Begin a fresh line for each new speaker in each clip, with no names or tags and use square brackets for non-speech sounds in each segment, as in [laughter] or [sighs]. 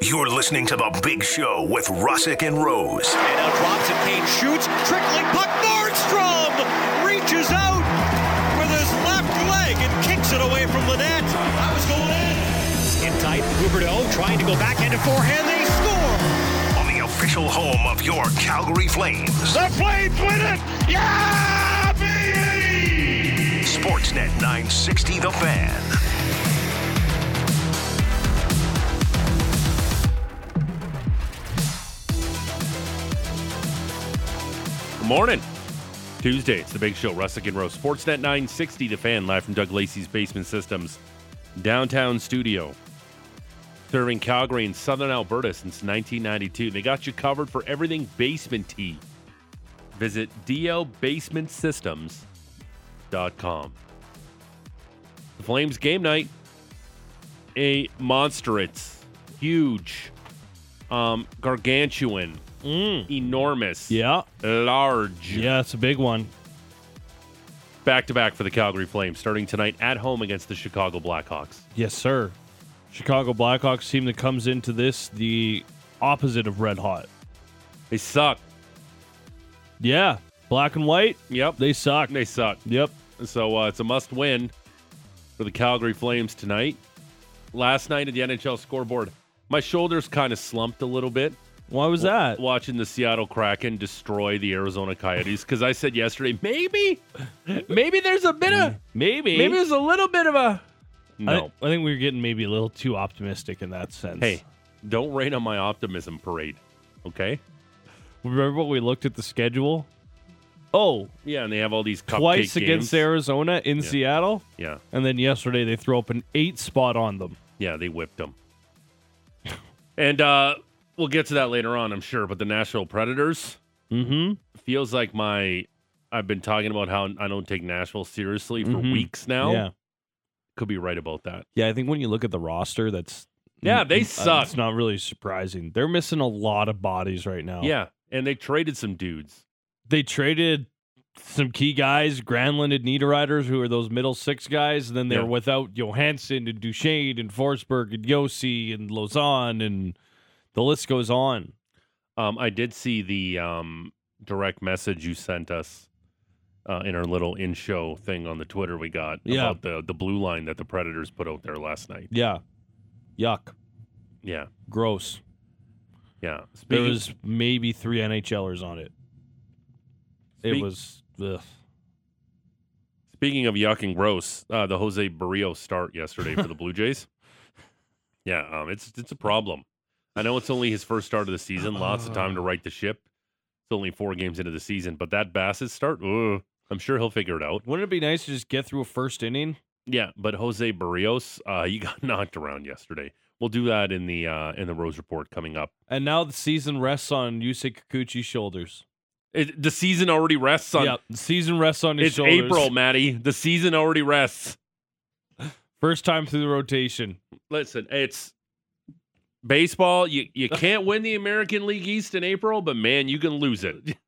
You're listening to The Big Show with Russick and Rose.
And now drops it. Kane shoots. Trickling puck. Nordstrom reaches out with his left leg and kicks it away from the net. That was going in. In tight. Huberto trying to go backhand to forehand. They score.
On the official home of your Calgary Flames,
The Flames win it! Yeah, baby!
Sportsnet 960 The Fan.
Morning. Tuesday, it's the big show, Russick and Rose. Sportsnet 960, the fan live from Doug Lacey's Basement Systems downtown studio. Serving Calgary and southern Alberta since 1992. They got you covered for everything basement tea. Visit dlbasementsystems.com. The Flames game night, a monstrous, huge, um, gargantuan, enormous,
Yeah.
large
Yeah, it's a big one.
back to back for the Calgary Flames, starting tonight at home against the Chicago Blackhawks.
Yes, sir. Chicago Blackhawks team that comes into this the opposite of red hot.
They suck.
Yeah. Black and white,
Yep, they
they suck.
they suck.
Yep.
So uh, it's a must win for the Calgary Flames tonight. Last night at the NHL scoreboard, my shoulders kind of slumped a little bit
Why was that?
watching the Seattle Kraken destroy the Arizona Coyotes because I said yesterday maybe, maybe there's a bit of
Maybe.
maybe there's a little bit of a
I,
no.
I think we were getting maybe a little too optimistic in that sense.
hey, don't rain on my optimism parade, okay?
remember when we looked at the schedule? Oh,
Yeah, and they have all these cupcake
twice
games.
against Arizona in
Yeah.
Seattle,
Yeah.
and then yesterday they throw up an eight spot on them.
Yeah, they whipped them. [laughs] and uh, we'll get to that later on, I'm sure. But the Nashville Predators
Mm-hmm.
feels like my. I've been talking about how I don't take Nashville seriously for
Mhm.
weeks now.
Yeah.
Could be right about that.
Yeah, I think when you look at the roster, that's
Yeah, they
uh,
suck.
It's not really surprising. They're missing a lot of bodies right now.
Yeah. And they traded some dudes.
they traded some key guys, Granlund and Niederreiters, who are those middle six guys. And then they're
Yeah.
without Johansson and Duchesne and Forsberg and Yossi and Lausanne, and the list goes on.
Um, I did see the um, direct message you sent us uh, in our little in show thing on the Twitter we got
Yeah.
about the, the blue line that the Predators put out there last night.
Yeah, yuck,
Yeah.
gross.
Yeah.
There
Speaking,
was maybe three NHLers on it. It
Speak-
was ugh.
Speaking of yuck and gross, uh, the Jose Barrio start yesterday
[laughs]
for the Blue Jays. Yeah, um, it's it's a problem. I know it's only his first start of the season. Lots of time to right the ship. It's only four games into the season, but that Bassett start, ugh, I'm sure he'll figure it out.
Wouldn't it be nice to just get through a first inning?
Yeah, but Jose Barrios, uh, he [laughs] got knocked around yesterday. We'll do that in the uh, in the Rose report coming up.
And now the season rests on Yusei Kikuchi's shoulders.
It, the season already rests on.
yeah, the season rests on his
It's
shoulders.
April, Maddie. The season already rests.
First time through the rotation.
listen, it's baseball. You you can't win the American League East in April, but man, you can lose it. [laughs]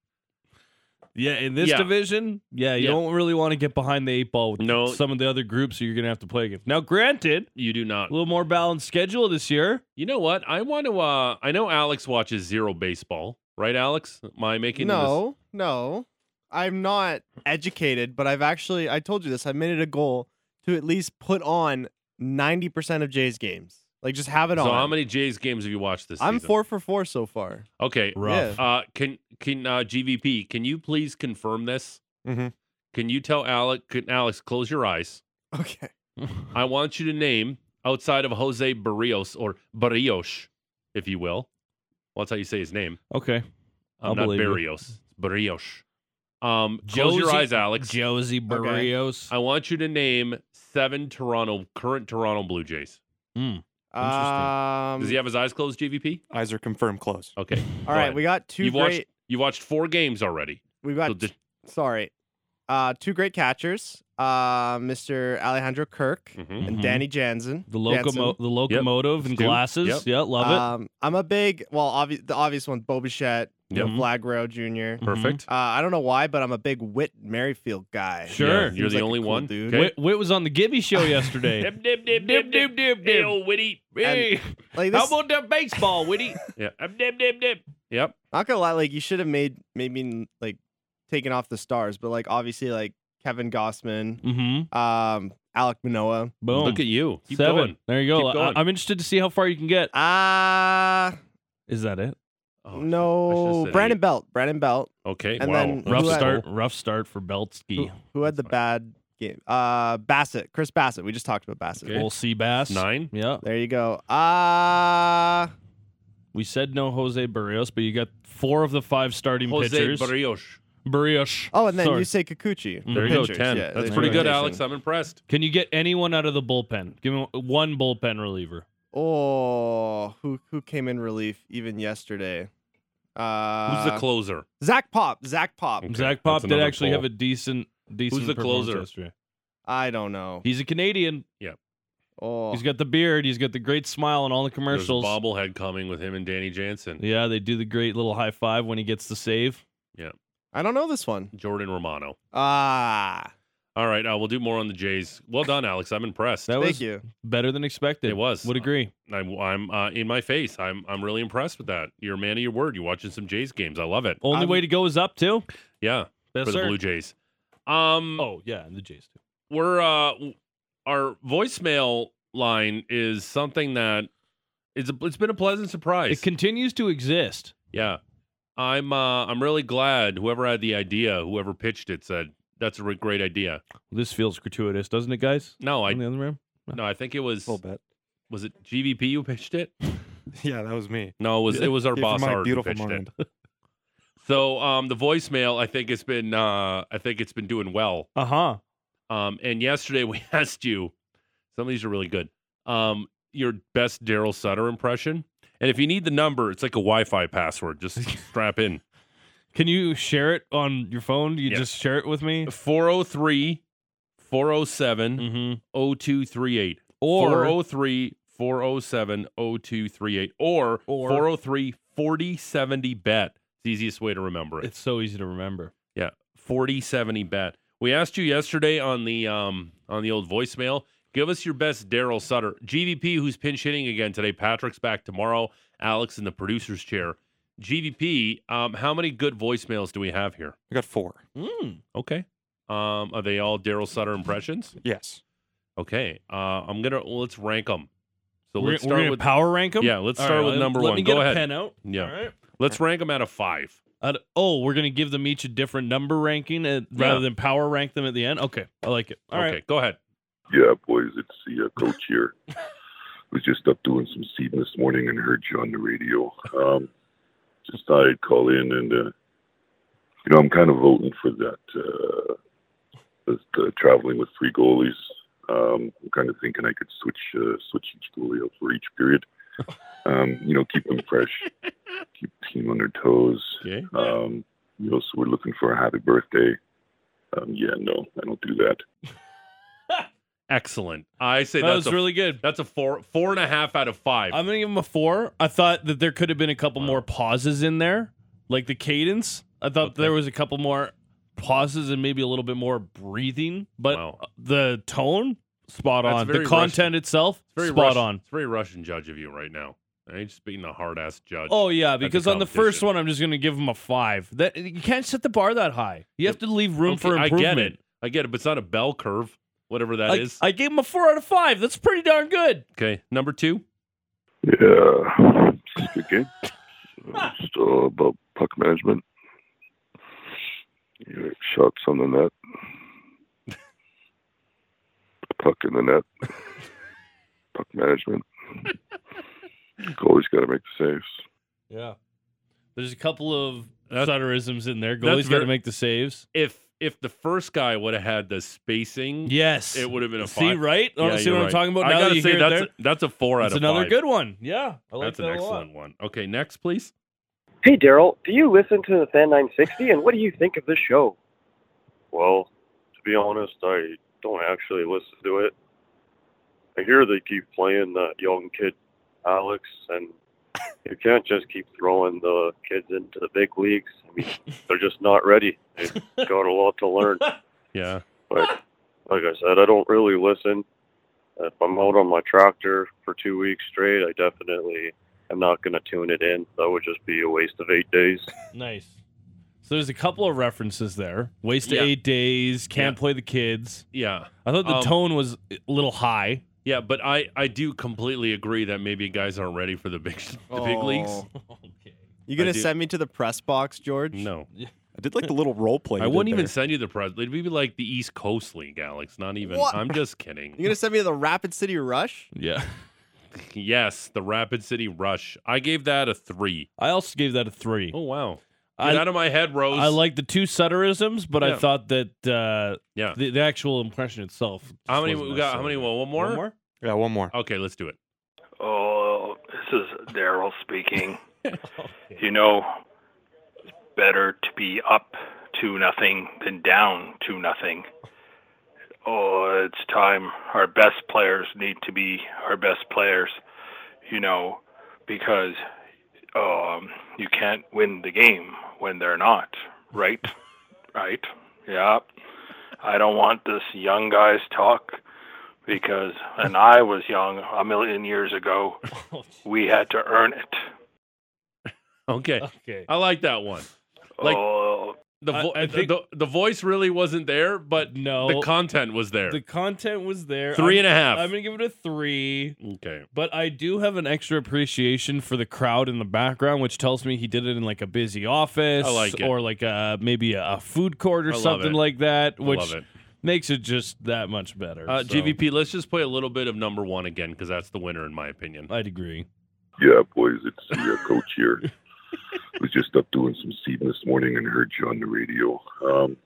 Yeah, in this
Yeah.
division, yeah, you
Yeah.
don't really want to get behind the eight ball with
No.
some of the other groups that you're going to have to play against. Now, granted,
You do not.
a little more balanced schedule
[laughs]
this year.
You know what? I want to. Uh, I know Alex watches zero baseball, right? Alex, am I making This?
No, no. I'm not educated, but I've actually I told you this. I made it a goal to at least put on 90% of Jay's games. Like just have it
So
on.
how many Jays games have you watched this?
I'm
season?
4 for 4 so far. [laughs]
Okay.
Rough.
Uh, can can uh, GVP? Can you please confirm this?
Mhm.
Can you tell Alex? Can Alex close your eyes?
Okay.
I want you to name outside of Jose Barrios or Barrios, if you will. Well, that's how you say his name.
Okay.
I'm
I'll
not
believe you.
Barrios. It's Barrios. Um, close your
Josie-
eyes, Alex.
Josie Barrios.
I want you to name seven Toronto current Toronto Blue Jays.
Um,
Does he have his eyes closed, GVP?
Eyes are confirmed closed.
Okay.
All right, we got 2
you've
great
watched you've watched four games already.
We've
So
got
just-
sorry. Uh two great catchers. uh, Mr. Alejandro Kirk
Mhm.
and
Mhm.
Danny Jansen.
The
Jansen.
locomo- the locomotive and
Stu.
glasses.
Yep. Uh,
Yeah, love it.
Um, I'm a big, well, obvi- the obvious one, Bobichette,
Yep. Mm-hmm.
Vlad Guerrero Jr.
Perfect.
Uh, I don't know why, but I'm a big Whit Merrifield guy.
Sure.
Yeah,
Seems
you're the
like a
only
cool
one.
dude.
Okay.
Whit, Whit was on the
[laughs]
Gibby show yesterday. [laughs]
Dip, dip, dip, dip, dip, dip, Hey, old Witty.
And-
Hey,
Like
how
this,
about that baseball, Whitty?
[laughs] Yeah. Um, dip, dip, dip. Yep.
not gonna lie, like you should have made made me like taken off the stars, but like obviously like Kevin Gossman,
mm-hmm.
um, Alec Manoa.
Boom.
Look at you. Keep
Seven.
going.
There you go.
Keep going.
I, am interested to see how far you can get.
Ah,
Is that it?
Oh, I should've
no,
said
Brandon
eight.
Belt, Brandon Belt,
Oh, Okay.
and
wow.
then
That's
Rough
who had-
start. Rough start for Beltsky.
who had the bad game? Uh, Bassett, Chris Bassett. We just talked about Bassett.
Okay.
Old sea bass.
Nine.
Yeah.
There you go. Ah,
We said no Jose Barrios, but you got four of the five starting
Jose
pitchers.
Barrios.
Barrios.
oh, and then
Sorry.
you say Kikuchi. for
There you go.
pitchers.
Ten.
Yeah,
That's
the
pretty
rotation.
good, Alex. I'm impressed.
Can you get anyone out of the bullpen? Give me one bullpen reliever.
Oh, who who came in relief even yesterday? Uh,
Who's the closer?
Zach Pop. Zach Pop.
Okay,
Zach
that's
Pop did
another
actually
poll.
have a decent, decent.
the
performance
closer?
yesterday.
I don't know.
He's a Canadian.
Oh,
He's got the beard. He's got the great smile in all the
There's a
commercials.
bobblehead coming with him and Danny Jansen.
Yeah, they do the great little high five when he gets the save.
I don't know this one.
Jordan Romano.
Ah,
All right, uh, we'll do more on the Jays. Well done, Alex. I'm impressed.
That
thank
was
you.
better than expected.
It was.
Would agree.
I'm, I'm uh, in my face. I'm I'm really impressed with that. You're a man of your word. You're watching some Jays games. I love it.
Only
I'm-
way to go is up too.
Yeah, for
Yes,
the
sir.
Blue Jays. Um,
Oh yeah, and the Jays too.
we're uh, w- our voicemail line is something that it's a, it's been a pleasant surprise.
It continues to exist.
yeah, I'm uh, I'm really glad whoever had the idea, whoever pitched it, said that's a re- great idea.
This feels gratuitous, doesn't it, guys?
No, I
On the other end?
no, I think it was
little bit.
was it GVP who pitched it?
[laughs] Yeah, that was me.
No, it was it was our
Came from
boss
my
Art who
beautiful
pitched it.
mind.
[laughs]
[laughs]
So um, the voicemail, I think it's been, uh, I think it's been doing well.
Uh huh.
Um, and yesterday [laughs] we asked you, some of these are really good. Um, your best Daryl Sutter impression, and if you need the number, it's like a Wi-Fi
[laughs]
password. Just strap in
Can you share it on your phone? You
Yeah.
just share it with me,
403 407
mm-hmm.
0238
or
403 407 0238 or
Or-
403 4070 bet. It's the easiest way to remember it.
it's so easy to remember.
Yeah, 40-70 bet. We asked you yesterday on the um on the old voicemail. Give us your best Daryl Sutter. GVP, who's pinch hitting again today. Patrick's back tomorrow. Alex in the producer's chair. GVP, um, how many good voicemails do we have here? Hmm,
I got four.
Okay. Um, are they all Daryl Sutter impressions?
Yes.
Okay. Uh, I'm gonna well, let's rank them. So
We're,
let's
we're gonna
start with
power rank them.
yeah. Let's start with number one.
Let me
Go
get
ahead.
a pen out.
Yeah.
All right.
Let's rank them out of five.
I'd- oh, we're gonna give them each a different number ranking uh,
Yeah.
rather than power rank them at the end. Okay, I like it. All
okay.
right.
Go ahead.
Yeah, boys, it's the uh, coach here. Was just up doing some seeding this morning and heard you on the radio. Um, just thought I'd call in and, uh, you know, I'm kind of voting for that. Uh, with, uh, traveling with three goalies. Um, I'm kind of thinking I could switch uh, switch each goalie out for each period. Um, you know, keep them fresh, keep the team on their toes.
Okay.
Um, you know, so we're looking for a happy birthday. Um, yeah, no, I don't do that.
Excellent. I say
that
that's
was
a,
really good.
that's a four four and a half out of five.
I'm gonna give him a four. I thought that there could have been a couple more pauses in there, like the cadence. I thought
Okay.
there was a couple more pauses and maybe a little bit more breathing, but uh,
Wow.
the tone spot
That's
on. The
very
content
Russian.
itself
It's very
spot
Russian,
on.
It's very Russian judge of you right now. I ain't just being a hard ass judge.
Oh yeah,
the
because on the first
competition.
one I'm just gonna give him a five. That you can't set the bar that high. You have to leave room
Okay,
for improvement.
I get it. I get it, but it's not a bell curve, whatever that
I,
is.
I gave him a four out of five. That's pretty darn good.
okay, number two.
Yeah, speaking. Uh, Just uh, about puck management. Your shots on the net. Puck in the net. Puck management. Goalie's got to make the saves.
Yeah. There's a couple of
That's-
Sutterisms in there.
that's
Goalie's got
ver-
to make the saves.
If if the first guy would have had the spacing,
Yes.
it would have been a
See,
five.
right?
Yeah,
Honestly, see
you're
what I'm
right.
talking about?
I
now that
gotta
you
say
hear it
that's
there?
a, that's a four out
That's
of
another
five.
good one. Yeah. I like
that's
that
an
a lot.
excellent one. Okay, next please.
Hey, Daryl, do you listen to the Fan 960, and what do you think of the show?
Well, to be honest, I don't actually listen to it. I hear they keep playing that young kid, Alex, and you can't just keep throwing the kids into the big leagues. I mean, they're just not ready. They've got a lot to learn.
Yeah.
But like I said, I don't really listen. If I'm out on my tractor for two weeks straight, I definitely am not going to tune it in. That would just be a waste of eight days.
Nice. So there's a couple of references there. Waste
Yeah.
eight days. Can't
Yeah.
play the kids.
Yeah.
I thought the
Um,
tone was a
[laughs]
little high.
Yeah, but I, I do completely agree that maybe guys aren't ready for the big [laughs] the big leagues.
Oh. You gonna
I do-
send me to the press box, George?
[laughs] No.
I did like the little role play.
I
you did
wouldn't even
there.
send you the press. It'd be like the East Coast League, Alex. Not even.
What?
I'm just kidding.
You gonna send me to the Rapid City Rush?
Yeah.
[laughs] Yes, the Rapid City Rush. I gave that a three.
I also gave that a three.
Oh wow! Get
I,
out of my head, Rose.
I like the two sutterisms, but I
Yeah.
thought that uh,
Yeah.
the, the actual impression itself. just
How many
wasn't
we got? How many?
necessarily-
Well, one more.
One more?
Yeah, one more.
Okay, let's do it. [laughs]
Oh, this is Daryl speaking. You know, it's better to be up to nothing than down to nothing. Oh, it's time. Our best players need to be our best players, you know, because um, you can't win the game when they're not, right? Right? Yeah. I don't want this young guy's talk because and I was young a million years ago. We had to earn it.
Okay,
Okay.
I like that one. Like-
oh,
The
I-
vo-
I think-
the, the voice really wasn't there, but
No.
the content was there.
the content was there.
Three and
I'm,
a half.
I'm gonna give it a three,
okay.
but I do have an extra appreciation for the crowd in the background, which tells me he did it in like a busy office,
I like it.
or like a maybe a, a food court or
I love
something
it.
like that,
I
which
love it.
makes it just that much better.
Uh,
so
GVP, let's just play a little bit of number one again because that's the winner in my opinion.
I'd agree.
Yeah, boys, it's the uh, coach here. [laughs] was just up doing some seeding this morning and heard you on the radio. Um,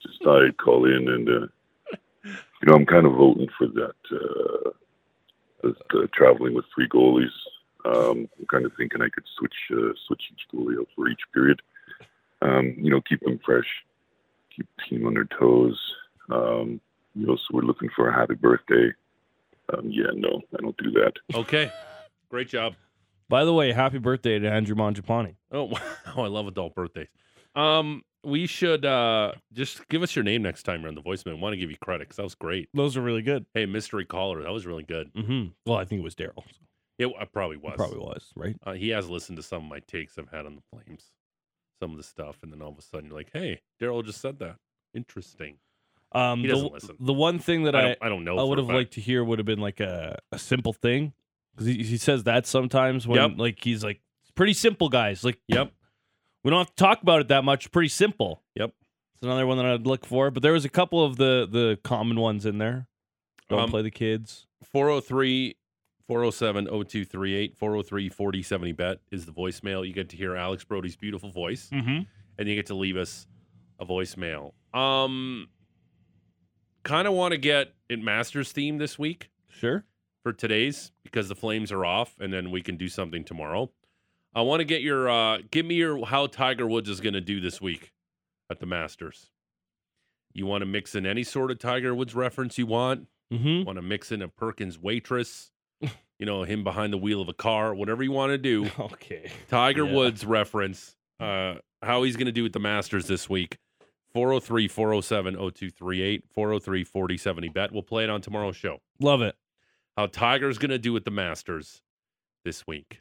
just thought I'd call in and, uh, you know, I'm kind of voting for that, uh, the, the traveling with three goalies. Um, I'm kind of thinking I could switch uh, switch each goalie out for each period. Um, you know, keep them fresh, keep the team on their toes. Um, you know, so we're looking for a happy birthday. Um, yeah, no, I don't do that.
Okay, great job.
By the way, happy birthday to Andrew Mangiapane.
Oh, [laughs] wow. I love adult birthdays. Um, we should uh just give us your name next time you're on the voicemail. want to give you credit because that was great.
Those are really good.
Hey, mystery caller, that was really good.
Mm-hmm. Well, I think it was Daryl.
It w- it probably was.
Probably was right.
Uh, he has listened to some of my takes I've had on the Flames, some of the stuff, and then all of a sudden you're like, "Hey, Daryl just said that. Interesting."
Um,
He
the,
doesn't listen.
The one thing that
I
I
don't, I don't know.
I
for a
would have
fact.
liked to hear would have been like a, a simple thing because he, he says that sometimes when
Yep.
like he's like it's pretty simple guys like
Yep.
we don't have to talk about it that much pretty simple
Yep.
it's another one that I'd look for but there was a couple of the the common ones in there don't
Um,
play the kids
403 407 0238 403 4070 bet is the voicemail. You get to hear Alex Brody's beautiful voice.
mm-hmm.
and you get to leave us a voicemail. Um, kind of want to get it Masters theme this week
sure
for today's because the Flames are off, and then we can do something tomorrow. I want to get your uh, give me your how Tiger Woods is going to do this week at the Masters. You want to mix in any sort of Tiger Woods reference you want.
mm-hmm.
Want to mix in a Perkins waitress. You know him behind the wheel of a car. Whatever you want to do.
[laughs] okay
Tiger
Yeah.
Woods reference, uh, how he's going to do at the Masters this week. 403 407 0238, 403 4070 bet. We'll play it on tomorrow's show.
love it
How Tiger's going to do at the Masters this week.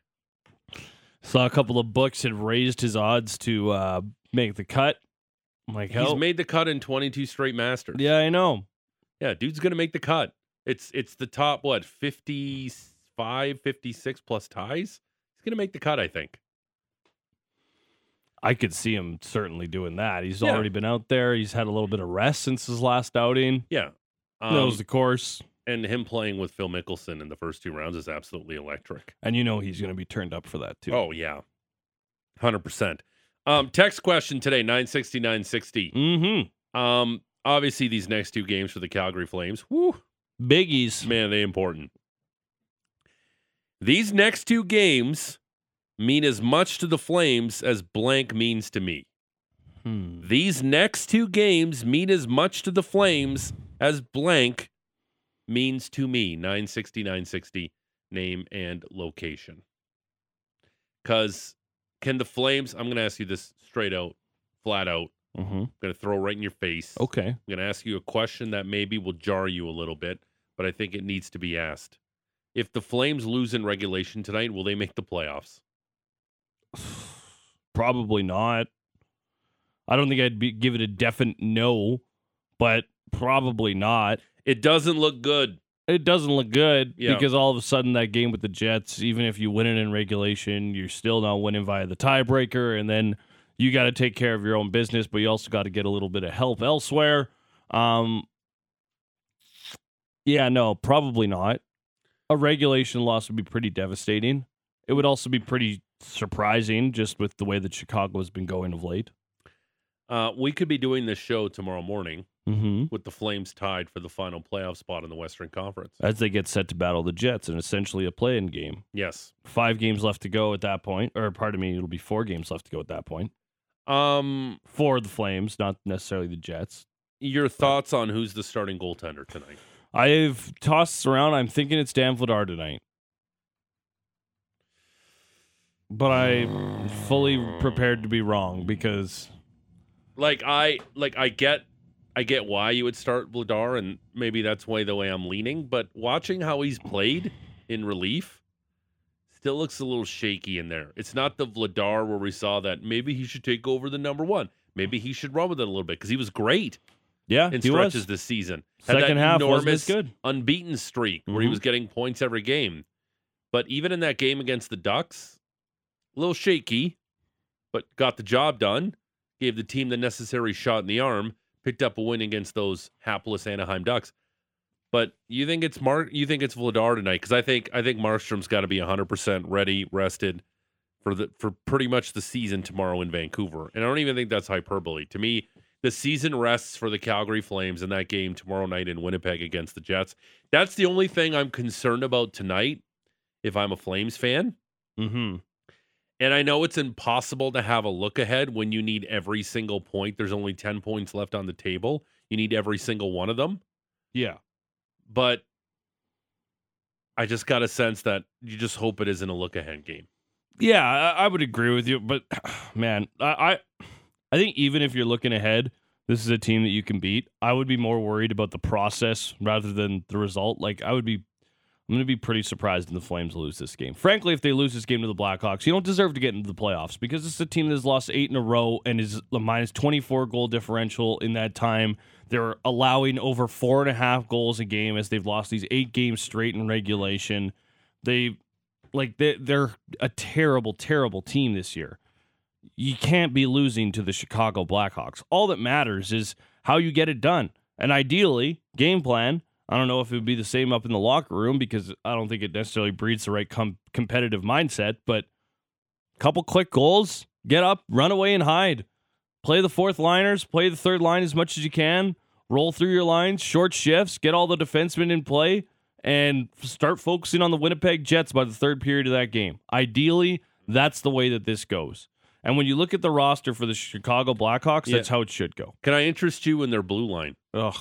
saw a couple of books had raised his odds to uh make the cut I'm like
He's
hell
made the cut in 22 straight Masters.
yeah I know
Yeah, dude's going to make the cut. It's it's the top, what, 55, 56 plus ties? He's going to make the cut, I think.
I could see him certainly doing that he's
Yeah.
already been out there he's had a little bit of rest since his last outing.
Yeah. Um,
knows the course,
and him playing with Phil Mickelson in the first two rounds is absolutely electric.
and you know he's going to be turned up for that too.
Oh yeah, hundred percent. Um, text question today nine sixty nine sixty.
Mm-hmm.
Um, obviously these next two games for the Calgary Flames, whew,
Biggies.
man, are they important. These next two games mean as much to the Flames as blank means to me.
Hmm.
These next two games mean as much to the Flames as blank means to me 960 960 name and location because can the flames i'm going to ask you this straight out flat out
Mm-hmm.
i'm going to throw right in your face
Okay.
i'm going to ask you a question that maybe will jar you a little bit but i think it needs to be asked if the flames lose in regulation tonight will they make the playoffs
Probably not. I don't think I'd be, give it a definite no, but probably not.
it doesn't look good
It doesn't look good
Yeah.
because all of a sudden that game with the Jets, even if you win it in regulation, you're still not winning via the tiebreaker, and then you got to take care of your own business, but you also got to get a little bit of help elsewhere. Um, yeah, no, probably not. A regulation loss would be pretty devastating. It would also be pretty surprising just with the way that Chicago has been going of late.
uh, we could be doing this show tomorrow morning
Mm-hmm.
with the flames tied for the final playoff spot in the western conference
As they get set to battle the Jets in essentially a play-in game.
yes
Five games left to go at that point, or pardon me, it'll be four games left to go at that point
um
for the Flames, not necessarily the Jets.
your thoughts on who's the starting goaltender tonight
I've tossed this around. I'm thinking it's Dan Vladar tonight, but I'm fully prepared to be wrong because
like I like I get I get why you would start Vladar and maybe that's why the way I'm leaning, but watching how he's played in relief still looks a little shaky in there. It's not the Vladar where we saw that maybe he should take over the number one. Maybe he should run with it a little bit because he was great
yeah,
in
he was.
stretches this season. Had
Second
that
half wasn't
enormous
as good.
unbeaten streak where he
Mhm.
was getting points every game. But even in that game against the Ducks, a little shaky, but got the job done, gave the team the necessary shot in the arm, picked up a win against those hapless Anaheim Ducks. But you think it's Mark you think it's Vladar tonight cuz I think I think Markstrom's got to be 100% ready, rested for the for pretty much the season tomorrow in Vancouver. And I don't even think that's hyperbole. To me, the season rests for the Calgary Flames in that game tomorrow night in Winnipeg against the Jets. That's the only thing I'm concerned about tonight if I'm a Flames fan.
Mm-hmm.
And I know it's impossible to have a look ahead when you need every single point. There's only 10 points left on the table. You need every single one of them.
Yeah,
But I just got a sense that you just hope it isn't a look ahead game.
Yeah, I, I would agree with you, but [sighs] man, I, I I think even if you're looking ahead, this is a team that you can beat. I would be more worried about the process rather than the result. Like I would be I'm going to be pretty surprised if the Flames lose this game. Frankly, if they lose this game to the Blackhawks, you don't deserve to get into the playoffs because it's a team that has lost 8 in a row and is a minus 24 goal differential in that time. They're allowing over four and a half goals a game as they've lost these eight games straight in regulation. They like they, they're a terrible, terrible team this year. You can't be losing to the Chicago Blackhawks. All that matters is how you get it done. And ideally, game plan. I don't know if it would be the same up in the locker room because I don't think it necessarily breeds the right com- competitive mindset, but couple quick goals, get up, run away and hide. Play the fourth liners, play the third line as much as you can, roll through your lines, short shifts, get all the defensemen in play and start focusing on the Winnipeg Jets by the third period of that game. Ideally, that's the way that this goes. And when you look at the roster for the Chicago Blackhawks, that's how it should go.
Can I interest you in their blue line?
Ugh.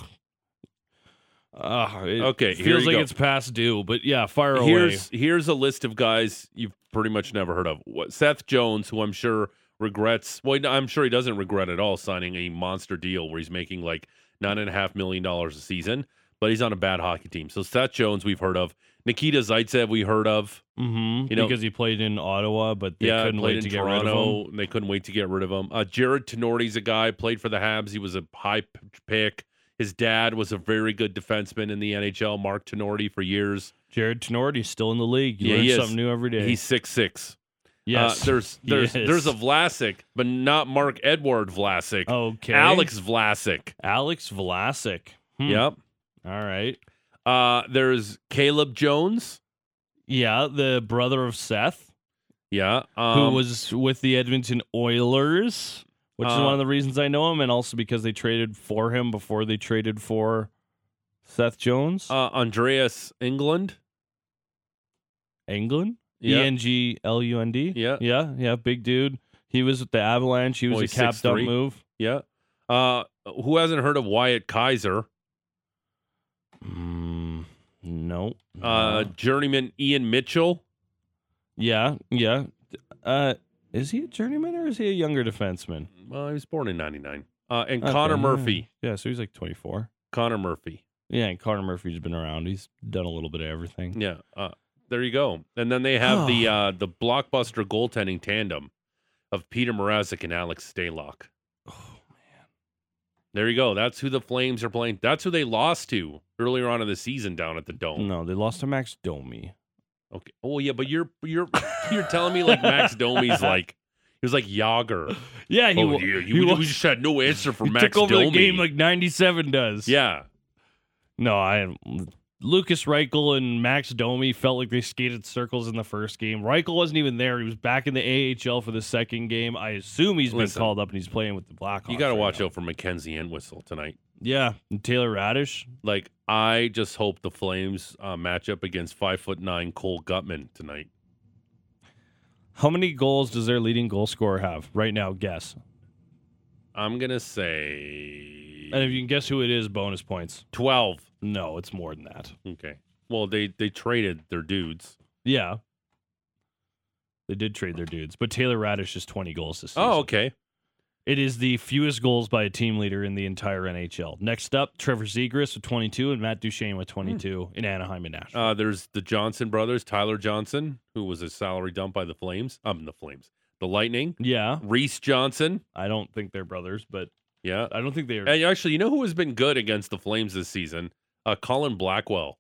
Ugh, it
Okay, here
Feels
you
like
go.
it's past due, but yeah, fire away.
Here's here's a list of guys you've pretty much never heard of. What- Seth Jones, who I'm sure regrets. Well, I'm sure he doesn't regret at all signing a monster deal where he's making like nine and a half million dollars a season, but he's on a bad hockey team. So Seth Jones, we've heard of. Nikita Zaitsev, we heard of.
Mm-hmm.
you know-
because he played in Ottawa, but they
yeah,
couldn't
played
wait to
in
get
Toronto,
rid of him.
and they couldn't wait to get rid of him. Uh, Jared Tenorti's a guy played for the Habs. He was a high p- pick. His dad was a very good defenseman in the NHL, Mark Tenorti, for years.
Jared Tenorti's still in the league. You
Yeah,
learn
he is.
something new every day.
He's six six.
yes.
Uh,
[laughs]
there's there's
Yes.
there's a Vlasic, but not Mark Edward Vlasic.
Oh, okay.
Alex Vlasic.
Alex Vlasic. Hmm.
Yep.
All right.
Uh, there's Caleb Jones.
Yeah, the brother of Seth,
Yeah.
who
Um,
was with the Edmonton Oilers, which is
uh,
one of the reasons I know him, and also because they traded for him before they traded for Seth Jones.
uh, Andreas England?
England?
Yeah.
E N G L U N D.
Yeah.
Yeah. Yeah. Big dude. He was with the Avalanche. He was
Boy,
a cap dump
6'3".
move.
Yeah. Uh, who hasn't heard of Wyatt Kaiser?
Mm, no.
Uh, journeyman Ian Mitchell.
Yeah, yeah. Uh, is he a journeyman or is he a younger defenseman?
Well, he was born in '99. Uh, and Connor Murphy.
Yeah. so he's like 24.
Connor Murphy.
Yeah, and Connor Murphy's been around. He's done a little bit of everything.
Yeah. Uh, there you go. And then they have the uh, the blockbuster goaltending tandem of Peter Mrazek and Alex Stalock.
Oh,
There you go. That's who the Flames are playing. That's who they lost to earlier on in the season down at the Dome.
No, they lost to Max Domi.
Okay. Oh yeah, but you're you're [laughs] you're telling me like Max Domi's like he was like Yager.
Yeah, he,
oh,
wa-
yeah,
he
you,
wa-
we just had no answer for
[laughs] he
Max
took over
Domi.
the game like 97
[laughs]
does.
yeah,
No, I Lucas Reichel and Max Domi felt like they skated circles in the first game. Reichel wasn't even there. He was back in the AHL for the second game. I assume he's
Listen.
been called up and he's playing with the Blackhawks.
you got to
right
watch
now.
out for Mackenzie Entwistle tonight.
Yeah, and Taylor Radish.
Like I just hope the Flames uh, match up against five foot nine Cole Gutman tonight.
How many goals does their leading goal scorer have right now? Guess.
I'm gonna say
And if you can guess who it is, bonus points.
twelve.
No, it's more than that.
Okay. Well, they they traded their dudes.
Yeah. They did trade their dudes, but Taylor Radish is 20 goals this season.
Oh, okay.
It is the fewest goals by a team leader in the entire NHL. Next up, Trevor Zegras with 22 and Matt Duchene with 22 in Anaheim and Nashville.
Hmm. Uh, there's the Johnson brothers, Tyler Johnson, who was a salary dump by the Flames. Um, the Flames, the Lightning.
yeah,
Reese Johnson.
I don't think they're brothers, but
Yeah.
I don't think they're.
And actually, you know who has been good against the Flames this season? Uh, Colin Blackwell.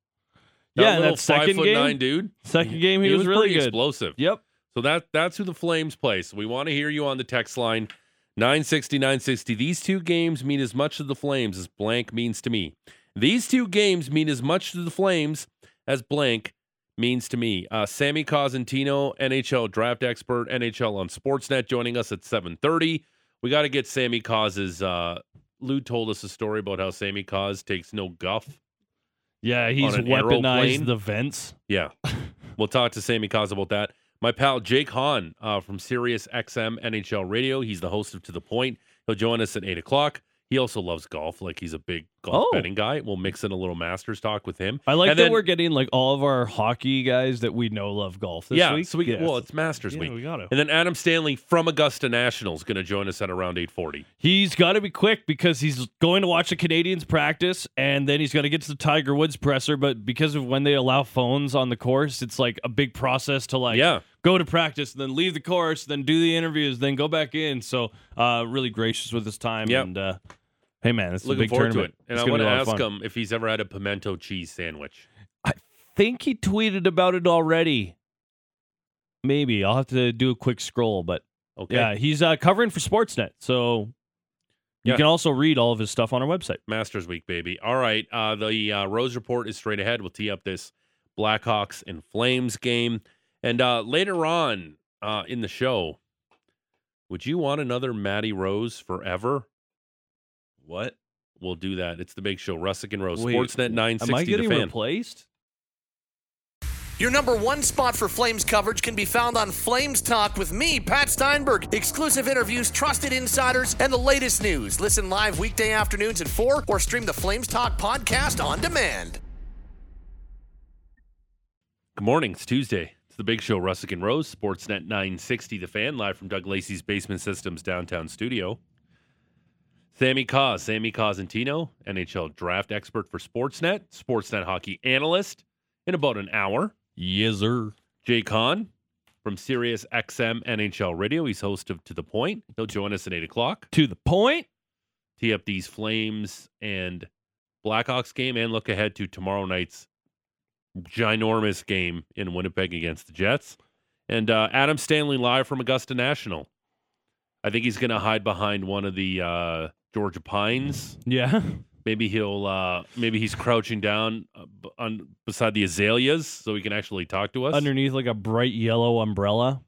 Yeah, and
little
that second
five foot
game-
nine dude.
Second game, he,
he
was, really
pretty
good.
explosive.
Yep.
So that that's who the Flames play. So we want to hear you on the text line 960 960. These two games mean as much to the Flames as blank means to me. These two games mean as much to the Flames as blank means to me. Uh, Sammy Cosentino, NHL draft expert, NHL on Sportsnet, joining us at 7:30. We got to get Sammy Cause's. Uh, Lou told us a story about how Sammy Cause takes no guff.
Yeah, he's
an
weaponized
aeroplane.
the vents.
Yeah. we'll talk to Sammy Cause about that. My pal Jake Hahn uh, from Sirius XM NHL Radio. He's the host of To The Point. He'll join us at 8 o'clock. He also loves golf. Like he's a big golf
Oh.
betting guy. We'll mix in a little Masters talk with him.
I like
And
that
then-
we're getting like all of our hockey guys that we know love golf this
yeah.
week.
So we
Yes.
Well, it's Masters
Yeah,
week.
we got to.
And then Adam Stanley from Augusta National is going to join us at around 840.
He's got to be quick because he's going to watch the Canadians practice and then he's got to get to the Tiger Woods presser. But because of when they allow phones on the course, it's like a big process to like
yeah.
go to practice, then leave the course, then do the interviews, then go back in. So uh, really gracious with his time.
Yep.
And uh, hey, man, it's a
Looking
big
forward
tournament.
to it. And
It's
I
gonna
want
be
to
a lot of
ask
fun.
him if he's ever had a pimento cheese sandwich.
I think he tweeted about it already. Maybe I'll have to do a quick scroll, but
Okay.
yeah, he's uh, covering for Sportsnet, so. You
Yeah.
can also read all of his stuff on our website.
Masters week, baby. All right. Uh, the uh, Rose report is straight ahead. We'll tee up this Blackhawks and Flames game. And uh, later on uh, in the show, would you want another Matty Rose forever? What? We'll do that. It's the big show. Russick and Rose.
Wait,
Oh, Sportsnet 960.
Am I getting
the fan.
replaced?
Your number one spot for Flames coverage can be found on Flames Talk with me, Pat Steinberg. Exclusive interviews, trusted insiders, and the latest news. Listen live weekday afternoons at 4 or stream the Flames Talk podcast on demand.
Good morning. It's Tuesday. It's the big show. Russick and Rose. Sportsnet 960. The fan live from Doug Lacey's Basement Systems downtown studio. Sammy Cause, Sammy Cosentino, NHL draft expert for Sportsnet, Sportsnet hockey analyst in about an hour.
Yes, sir.
Jay Kahn from Sirius XM NHL Radio. He's host of To The Point. He'll join us at 8 o'clock.
To the point.
Tee up these Flames and Blackhawks game and look ahead to tomorrow night's ginormous game in Winnipeg against the Jets. And uh, Adam Stanley live from Augusta National. I think he's going to hide behind one of the uh, Georgia Pines. [laughs]
Yeah. [laughs]
Maybe he'll. Uh, maybe he's crouching down uh, b- on beside the azaleas, so he can actually talk to us.
Underneath like a bright yellow umbrella.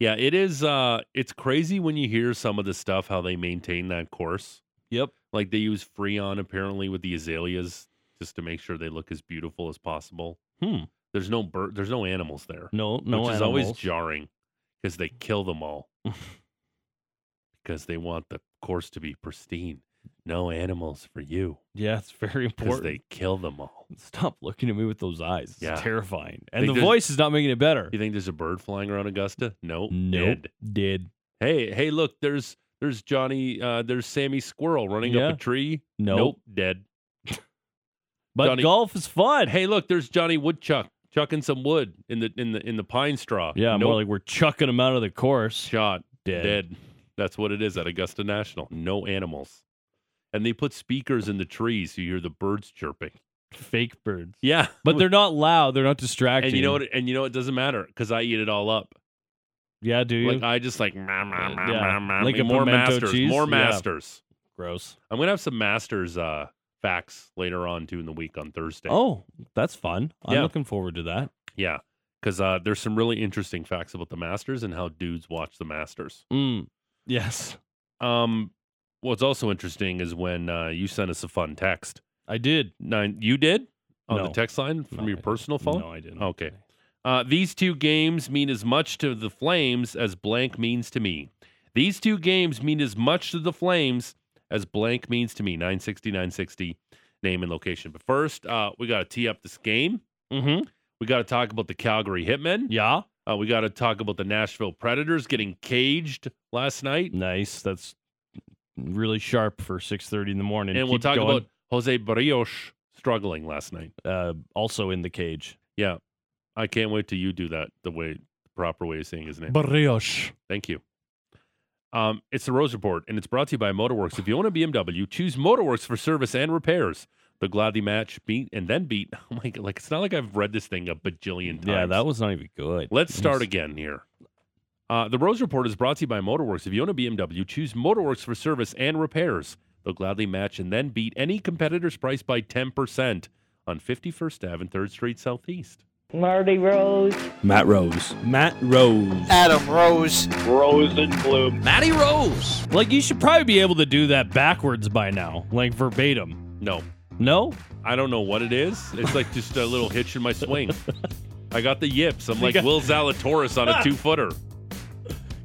yeah, it is. Uh, it's crazy when you hear some of the stuff how they maintain that course.
Yep.
Like they use freon apparently with the azaleas just to make sure they look as beautiful as possible.
Hmm.
There's no bird. There's no animals there,
No, no
which
animals. Mm.
is always jarring because
[laughs]
they kill them all because they want the course to be pristine. No animals for you.
Yeah, it's very
[laughs] 'cause
important.
They kill them all.
Stop looking at me with those eyes. It's
Yeah.
terrifying. And
Think
the
there's-
voice is not making it better.
You think there's a bird flying around Augusta? No.
Nope.
Dead.
Did.
Hey, hey, look, there's there's Johnny, uh, there's Sammy Squirrel running up
Yeah.
a tree.
Nope.
Dead.
But
Johnny-
golf is fun.
Hey, look, there's Johnny Woodchuck chucking some wood in the in the in the pine straw.
Yeah,
nope.
more like we're chucking them out of the course.
shot.
Dead.
Dead. That's what it is at Augusta National. No animals. And they put speakers in the trees so you hear the birds chirping.
Fake birds.
[laughs] Yeah.
But they're not loud. They're not distracting.
and you know what and you know it doesn't matter because I eat it all up.
Yeah, do you?
Like uh, I just like mah, mah, mah,
Yeah.
mah, mah.
Like a
more
pimento
masters,
cheese?
more
Yeah.
masters.
Gross.
I'm gonna have some masters uh facts later on too in the week on Thursday.
Oh, that's fun. I'm
Yeah.
looking forward to that.
Yeah. Because uh, there's some really interesting facts about the Masters and how dudes watch the Masters.
Mm. Yes,
Um, what's also interesting is when uh, you sent us a fun text.
I did.
Nine, you did on the
No.
text line from
No,
your
I-
personal phone.
No, I didn't.
Okay. Uh, these two games mean as much to the Flames as blank means to me. These two games mean as much to the Flames as blank means to me. 960, 960, name and location. But first, uh, we got to tee up this game.
Mm-hmm.
We got to talk about the Calgary Hitmen.
Yeah.
Uh, we got to talk about the Nashville Predators getting caged last night.
Nice. That's really sharp for 6:30 in the morning.
And, we'll
Keep
talk
going.
about Jose Barrios struggling last night.
uh, also in the cage.
Yeah. I can't wait till you do that the way the proper way of saying his name.
Barrios.
Thank you. Um, it's the Rose Report, and it's brought to you by Motorworks. If you own a BMW, choose Motorworks for service and repairs. They'll gladly match, beat, and then beat. [laughs] Oh my god! Like it's not like I've read this thing a bajillion times.
Yeah, that was not even good.
Let's start
again.
again here. Uh, the Rose Report is brought to you by Motorworks. If you own a BMW, choose Motorworks for service and repairs. They'll gladly match and then beat any competitor's price by 10% on 51st Ave and 3rd Street Southeast.
Marty Rose.
Matt Rose. Matt Rose.
Adam Rose.
Rosenblum.
Matty Rose.
Like you should probably be able to do that backwards by now, like verbatim.
No,
No,
I don't know what it is. It's like just a little hitch in my swing. I got the yips. I'm like Will Zalatoris
[laughs]
on a two footer.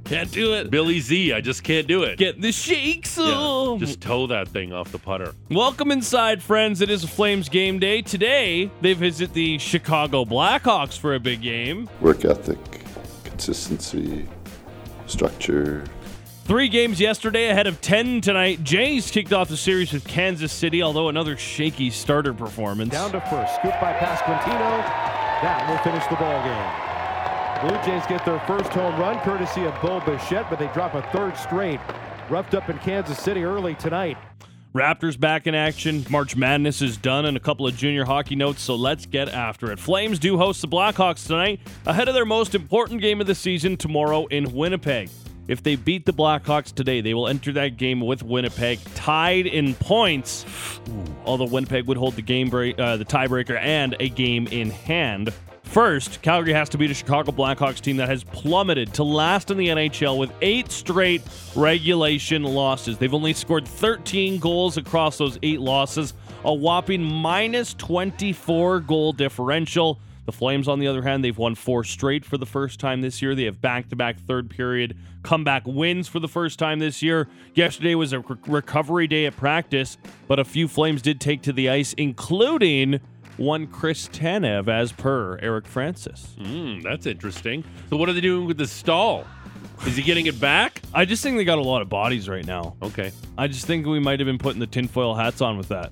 can't do it.
Billy Z, I just can't do it.
Get the shakes.
Yeah,
um.
just tow that thing off the putter.
Welcome inside, friends. It is Flames game day today. They visit the Chicago Blackhawks for a big game.
work ethic, consistency, structure.
Three games yesterday ahead of 10 tonight. Jays kicked off the series with Kansas City, although another shaky starter performance.
Down to first. Scoop by Pasquantino. That will finish the ball game. Blue Jays get their first home run courtesy of Bo Bichette, but they drop a third straight. Roughed up in Kansas City early tonight.
Raptors back in action. March Madness is done and a couple of junior hockey notes, so let's get after it. Flames do host the Blackhawks tonight ahead of their most important game of the season tomorrow in Winnipeg. If they beat the Blackhawks today, they will enter that game with Winnipeg tied in points, although Winnipeg would hold the game break, uh, the tiebreaker and a game in hand. First, Calgary has to beat a Chicago Blackhawks team that has plummeted to last in the NHL with eight straight regulation losses. They've only scored 13 goals across those eight losses, a whopping minus 24 goal differential. The Flames, on the other hand, they've won four straight for the first time this year. They have back to back third period comeback wins for the first time this year. Yesterday was a re- recovery day at practice, but a few Flames did take to the ice, including one Chris Tanev, as per Eric Francis.
Mm, that's interesting. Oh, So, what are they doing with the stall? Is he getting it back?
I just think they got a lot of bodies right now.
Okay.
I just think we might have been putting the tinfoil hats on with that.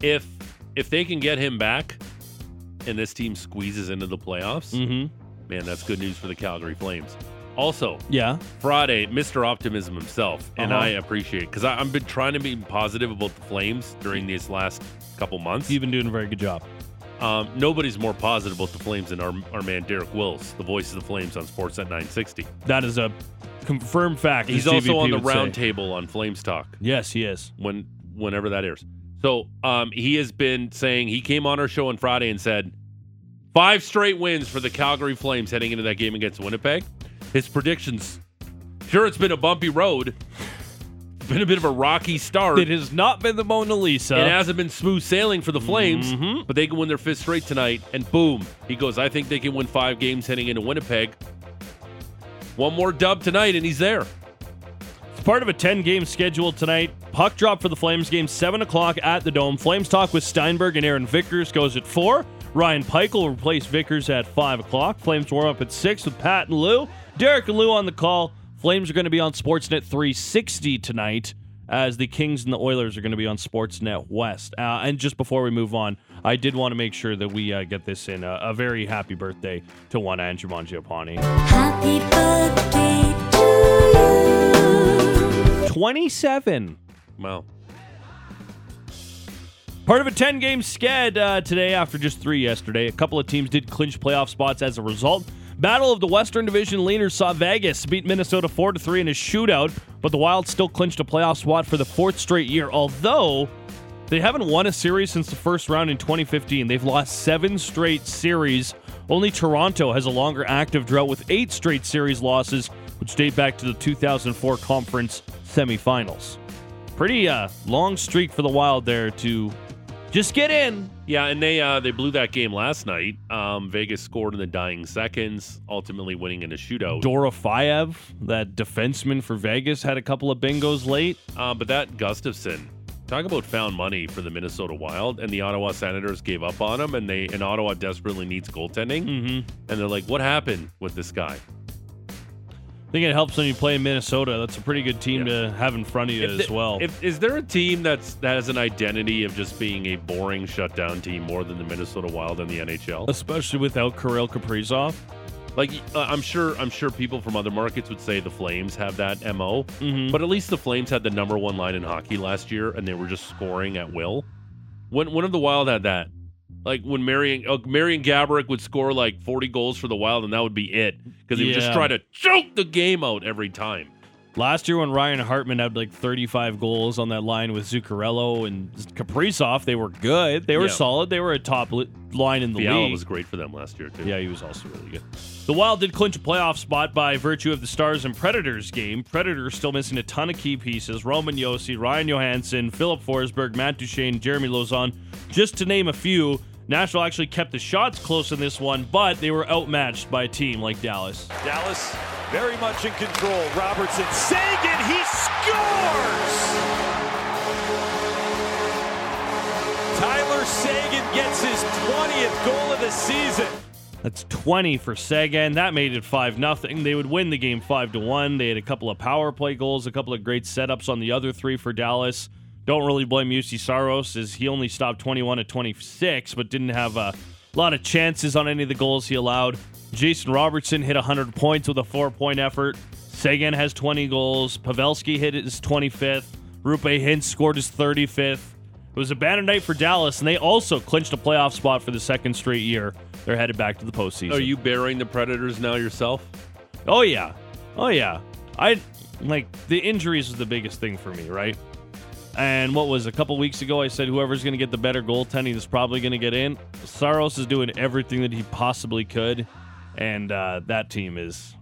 If if they can get him back, and this team squeezes into the playoffs,
Mm-hmm.
man, that's good news for the Calgary Flames. Also,
Yeah.
Friday, Mr. Optimism himself, and
Uh-huh.
I appreciate because I've been trying to be positive about the Flames during these last couple months.
You've been doing a very good job.
Um, nobody's more positive about the Flames than our, our man Derek Wills, the voice of the Flames on Sportsnet 960.
That is a confirmed fact.
He's
as
also
GVP
on the
would say.
round table on Flames Talk
Yes, he is.
when whenever that airs. So um, he has been saying he came on our show on Friday and said five straight wins for the Calgary Flames heading into that game against Winnipeg. His predictions, sure, it's been a bumpy road, been a bit of a rocky start.
It has not been the Mona Lisa.
It hasn't been smooth sailing for the Flames,
Mhm.
but they can win their fifth straight tonight. And boom, he goes, I think they can win five games heading into Winnipeg. One more dub tonight, and he's there.
It's part of a 10 game schedule tonight. Puck drop for the Flames game, 7 o'clock at the Dome. Flames talk with Steinberg and Aaron Vickers goes at 4. Ryan Pike will replace Vickers at 5 o'clock. Flames warm up at 6 with Pat and Lou. Derek and Lou on the call. Flames are going to be on Sportsnet 360 tonight as the Kings and the Oilers are going to be on Sportsnet West. Uh, and just before we move on, I did want to make sure that we uh, get this in. Uh, a very happy birthday to Juan Andrew Mangiapane. 27.
Wow.
Part of a 10 game sked uh, today after just three yesterday. A couple of teams did clinch playoff spots as a result. Battle of the Western Division leaders saw Vegas beat Minnesota 4 3 in a shootout, but the Wild still clinched a playoff spot for the fourth straight year, although they haven't won a series since the first round in 2015. They've lost seven straight series. Only Toronto has a longer active drought with eight straight series losses, which date back to the 2004 conference semifinals. Pretty uh, long streak for the Wild there to just get in.
Yeah, and they uh, they blew that game last night. Um, Vegas scored in the dying seconds, ultimately winning in a shootout.
Dorofayev, that defenseman for Vegas, had a couple of bingos late.
Uh, but that Gustafson, talk about found money for the Minnesota Wild, and the Ottawa Senators gave up on him, and they and Ottawa desperately needs goaltending,
mm-hmm.
and they're like, what happened with this guy?
I think it helps when you play in Minnesota. That's a pretty good team to have in front of you
If
as
the-
well.
If, is there a team that's that has an identity of just being a boring shutdown team more than the Minnesota Wild in the NHL?
Especially without Kirill Kaprizov.
Like uh, I'm sure I'm sure people from other markets would say the Flames have that mo,
Mhm.
but at least the Flames had the number one line in hockey last year, and they were just scoring at will. When when of the Wild had that, like when Marion uh, Marion Gaborik would score like 40 goals for the Wild, and that would be it because he would just
Yeah.
try to choke the game out every time.
Last year when Ryan Hartman had like 35 goals on that line with Zuccarello and Kaprizov, they were good. They were
Yeah.
solid. They were a top li- line in the
Fiala
league.
was great for them last year too.
Yeah, he was also really good. The Wild did clinch a playoff spot by virtue of the Stars and Predators game. Predators still missing a ton of key pieces. Roman Yossi, Ryan Johansson, Philip Forsberg, Matt Duchene, Jeremy Lozon, just to name a few. Nashville actually kept the shots close in this one, but they were outmatched by a team like Dallas.
Dallas very much in control. Robertson, Sagan, he scores! Tyler Sagan gets his 20th goal of the season.
That's 20 for Sagan. That made it 5 nothing. They would win the game 5 to 1. They had a couple of power play goals, a couple of great setups on the other 3 for Dallas. Don't really blame UC Saros as he only stopped 21 at 26 but didn't have a lot of chances on any of the goals he allowed. Jason Robertson hit 100 points with a 4-point effort. Sagan has 20 goals. Pavelski hit his 25th. Rupe Hintz scored his 35th. It was a banner night for Dallas, and they also clinched a playoff spot for the second straight year. They're headed back to the postseason.
Are you burying the Predators now yourself?
Oh yeah, oh yeah. I like the injuries was the biggest thing for me, right? And what was it, a couple weeks ago? I said whoever's going to get the better goaltending is probably going to get in. Saros is doing everything that he possibly could, and uh, that team is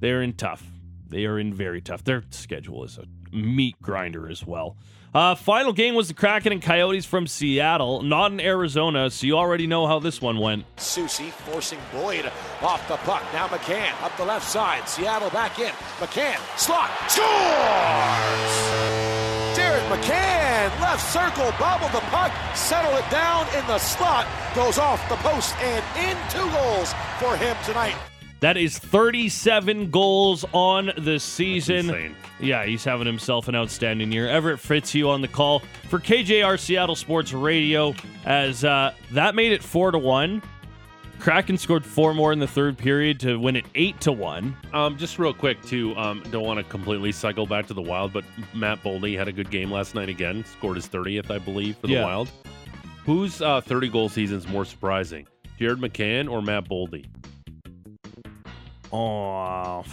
they're in tough. They are in very tough. Their schedule is a meat grinder as well. Uh, final game was the Kraken and Coyotes from Seattle, not in Arizona, so you already know how this one went.
Susie forcing Boyd off the puck. Now McCann up the left side. Seattle back in. McCann slot scores. Jared McCann left circle bobbled the puck, settled it down in the slot, goes off the post and in two goals for him tonight.
That is 37 goals on the season. Yeah, he's having himself an outstanding year. Everett Fitzhugh on the call for KJR Seattle Sports Radio as uh, that made it four to one. Kraken scored four more in the third period to win it eight to one.
Um, just real quick, too. Um, don't want to completely cycle back to the Wild, but Matt Boldy had a good game last night again. Scored his thirtieth, I believe, for the
Yeah.
Wild. Whose uh, thirty goal season's more surprising, Jared McCann or Matt Boldy?
Oh,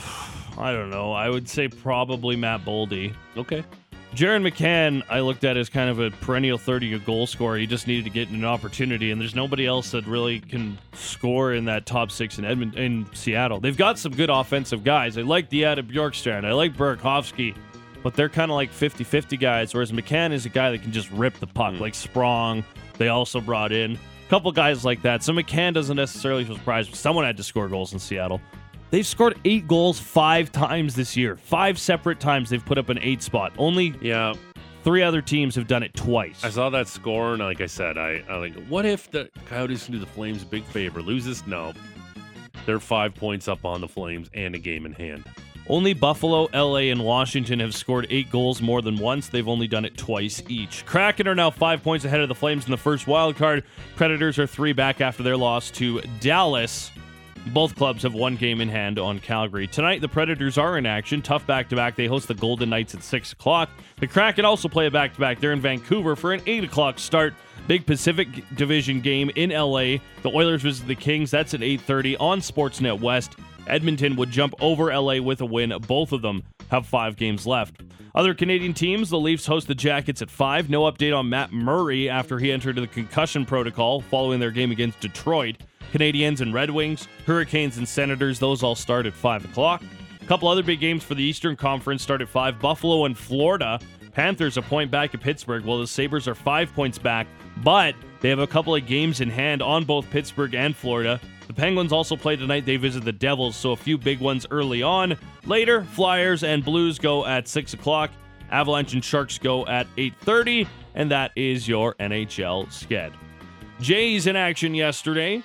I don't know. I would say probably Matt Boldy.
Okay.
Jaron McCann, I looked at as kind of a perennial 30 goal scorer. He just needed to get an opportunity, and there's nobody else that really can score in that top six in Edmond in Seattle. They've got some good offensive guys. I like the Diata Bjorkstrand. I like Burakovsky, but they're kind of like 50 50 guys, whereas McCann is a guy that can just rip the puck, like Sprong. They also brought in a couple guys like that. So McCann doesn't necessarily feel surprised. Someone had to score goals in Seattle. They've scored eight goals five times this year. Five separate times they've put up an eight spot. Only
yeah,
Three other teams have done it twice.
I saw that score, and like I said, I, I like. What if the Coyotes can do the Flames a big favor? Loses? No, they're five points up on the Flames and a game in hand.
Only Buffalo, LA, and Washington have scored eight goals more than once. They've only done it twice each. Kraken are now five points ahead of the Flames in the first wild card. Predators are three back after their loss to Dallas. Both clubs have one game in hand on Calgary. Tonight, the Predators are in action. Tough back to back. They host the Golden Knights at 6 o'clock. The Kraken also play a back to back. They're in Vancouver for an 8 o'clock start. Big Pacific Division game in LA. The Oilers visit the Kings. That's at 8.30 on Sportsnet West. Edmonton would jump over LA with a win. Both of them have five games left. Other Canadian teams, the Leafs host the Jackets at five. No update on Matt Murray after he entered the concussion protocol following their game against Detroit. Canadians and Red Wings, Hurricanes and Senators, those all start at 5 o'clock. A couple other big games for the Eastern Conference start at 5. Buffalo and Florida. Panthers a point back at Pittsburgh, while the Sabres are five points back, but they have a couple of games in hand on both Pittsburgh and Florida. The Penguins also play tonight. They visit the Devils, so a few big ones early on. Later, Flyers and Blues go at 6 o'clock. Avalanche and Sharks go at 8.30, and that is your NHL sked. Jays in action yesterday.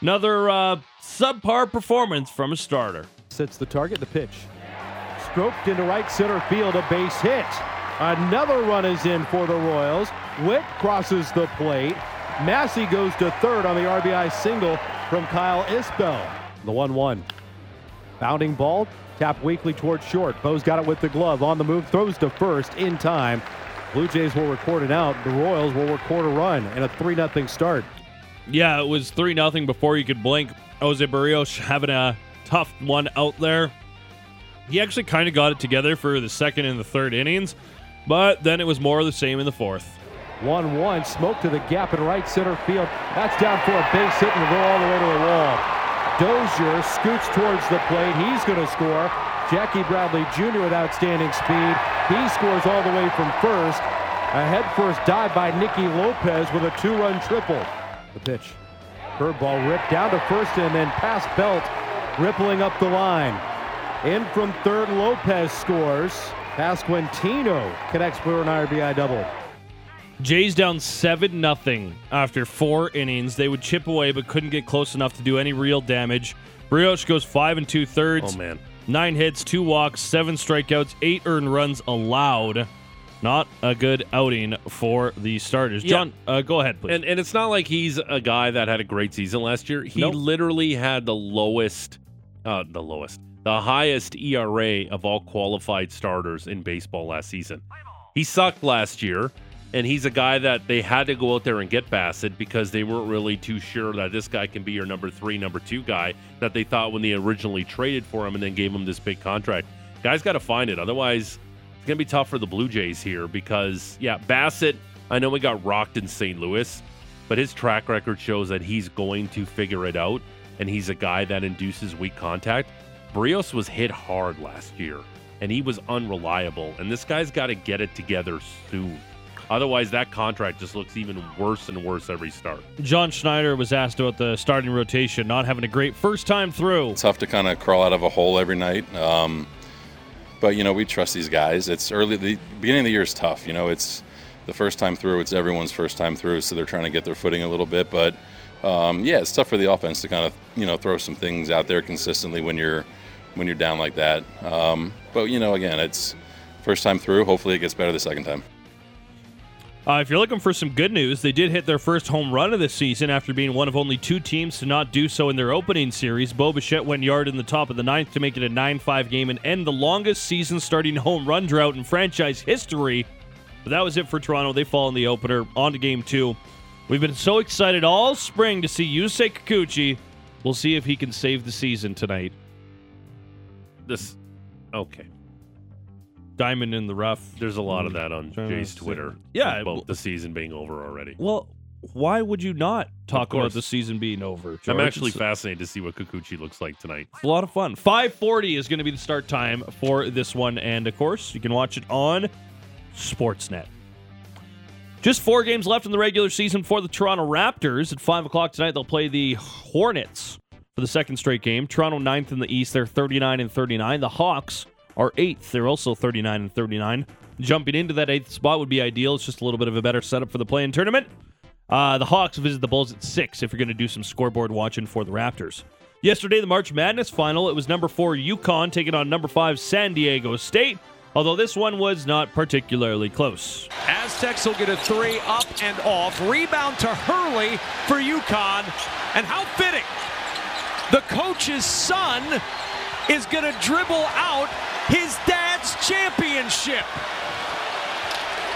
Another uh, subpar performance from a starter.
Sets the target, the pitch. Stroked into right center field, a base hit. Another run is in for the Royals. Witt crosses the plate. Massey goes to third on the RBI single from Kyle Isbell. The 1 1. Bounding ball, tap weakly towards short. Bo's got it with the glove on the move, throws to first in time. Blue Jays will record an out. The Royals will record a run and a 3 0 start.
Yeah, it was 3 0 before you could blink. Jose Barrios having a tough one out there. He actually kind of got it together for the second and the third innings, but then it was more of the same in the fourth.
1 1, smoke to the gap in right center field. That's down for a base hit and go all the way to the wall. Dozier scoots towards the plate. He's going to score. Jackie Bradley Jr. with outstanding speed. He scores all the way from first. A head first dive by Nicky Lopez with a two run triple. The pitch. Curveball ripped down to first and then past belt, rippling up the line. In from third, Lopez scores. Pasquantino connects for an RBI double.
Jays down 7 0 after four innings. They would chip away but couldn't get close enough to do any real damage. Brioche goes 5 and 2 thirds.
Oh, man.
Nine hits, two walks, seven strikeouts, eight earned runs allowed. Not a good outing for the starters.
Yeah.
John, uh, go ahead, please.
And and it's not like he's a guy that had a great season last year. He
Nope.
literally had the lowest, uh, the lowest, the highest ERA of all qualified starters in baseball last season. He sucked last year, and he's a guy that they had to go out there and get Bassett because they weren't really too sure that this guy can be your number three, number two guy that they thought when they originally traded for him and then gave him this big contract. Guy's got to find it, otherwise. It's going to be tough for the Blue Jays here because, yeah, Bassett, I know he got rocked in St. Louis, but his track record shows that he's going to figure it out, and he's a guy that induces weak contact. Brios was hit hard last year, and he was unreliable, and this guy's got to get it together soon. Otherwise, that contract just looks even worse and worse every start.
John Schneider was asked about the starting rotation not having a great first time through.
Tough to kind of crawl out of a hole every night. Um, but you know, we trust these guys. It's early. The beginning of the year is tough. You know, it's the first time through. It's everyone's first time through, so they're trying to get their footing a little bit. But um, yeah, it's tough for the offense to kind of you know throw some things out there consistently when you're when you're down like that. Um, but you know, again, it's first time through. Hopefully, it gets better the second time.
Uh, if you're looking for some good news, they did hit their first home run of the season after being one of only two teams to not do so in their opening series. Bo Bichette went yard in the top of the ninth to make it a 9 5 game and end the longest season starting home run drought in franchise history. But that was it for Toronto. They fall in the opener. On to game two. We've been so excited all spring to see Yusei Kikuchi. We'll see if he can save the season tonight.
This, okay.
Diamond in the rough.
There's a lot of that on Jay's Twitter.
Yeah,
About the season being over already.
Well, why would you not
Of
talk
course.
about the season being over?
I'm
George?
actually
It's-
fascinated to see what Kikuchi looks like tonight.
It's a lot of fun. 540 is going to be the start time for this one. And of course, you can watch it on Sportsnet. Just four games left in the regular season for the Toronto Raptors. At 5 o'clock tonight, they'll play the Hornets for the second straight game. Toronto ninth in the East. They're 39 and 39. The Hawks are eighth. They're also 39 and 39. Jumping into that eighth spot would be ideal. It's just a little bit of a better setup for the play in tournament. Uh, the Hawks visit the Bulls at six if you're going to do some scoreboard watching for the Raptors. Yesterday, the March Madness final, it was number four Yukon taking on number five San Diego State, although this one was not particularly close.
Aztecs will get a three up and off. Rebound to Hurley for UConn. And how fitting. The coach's son is going to dribble out his dad's championship.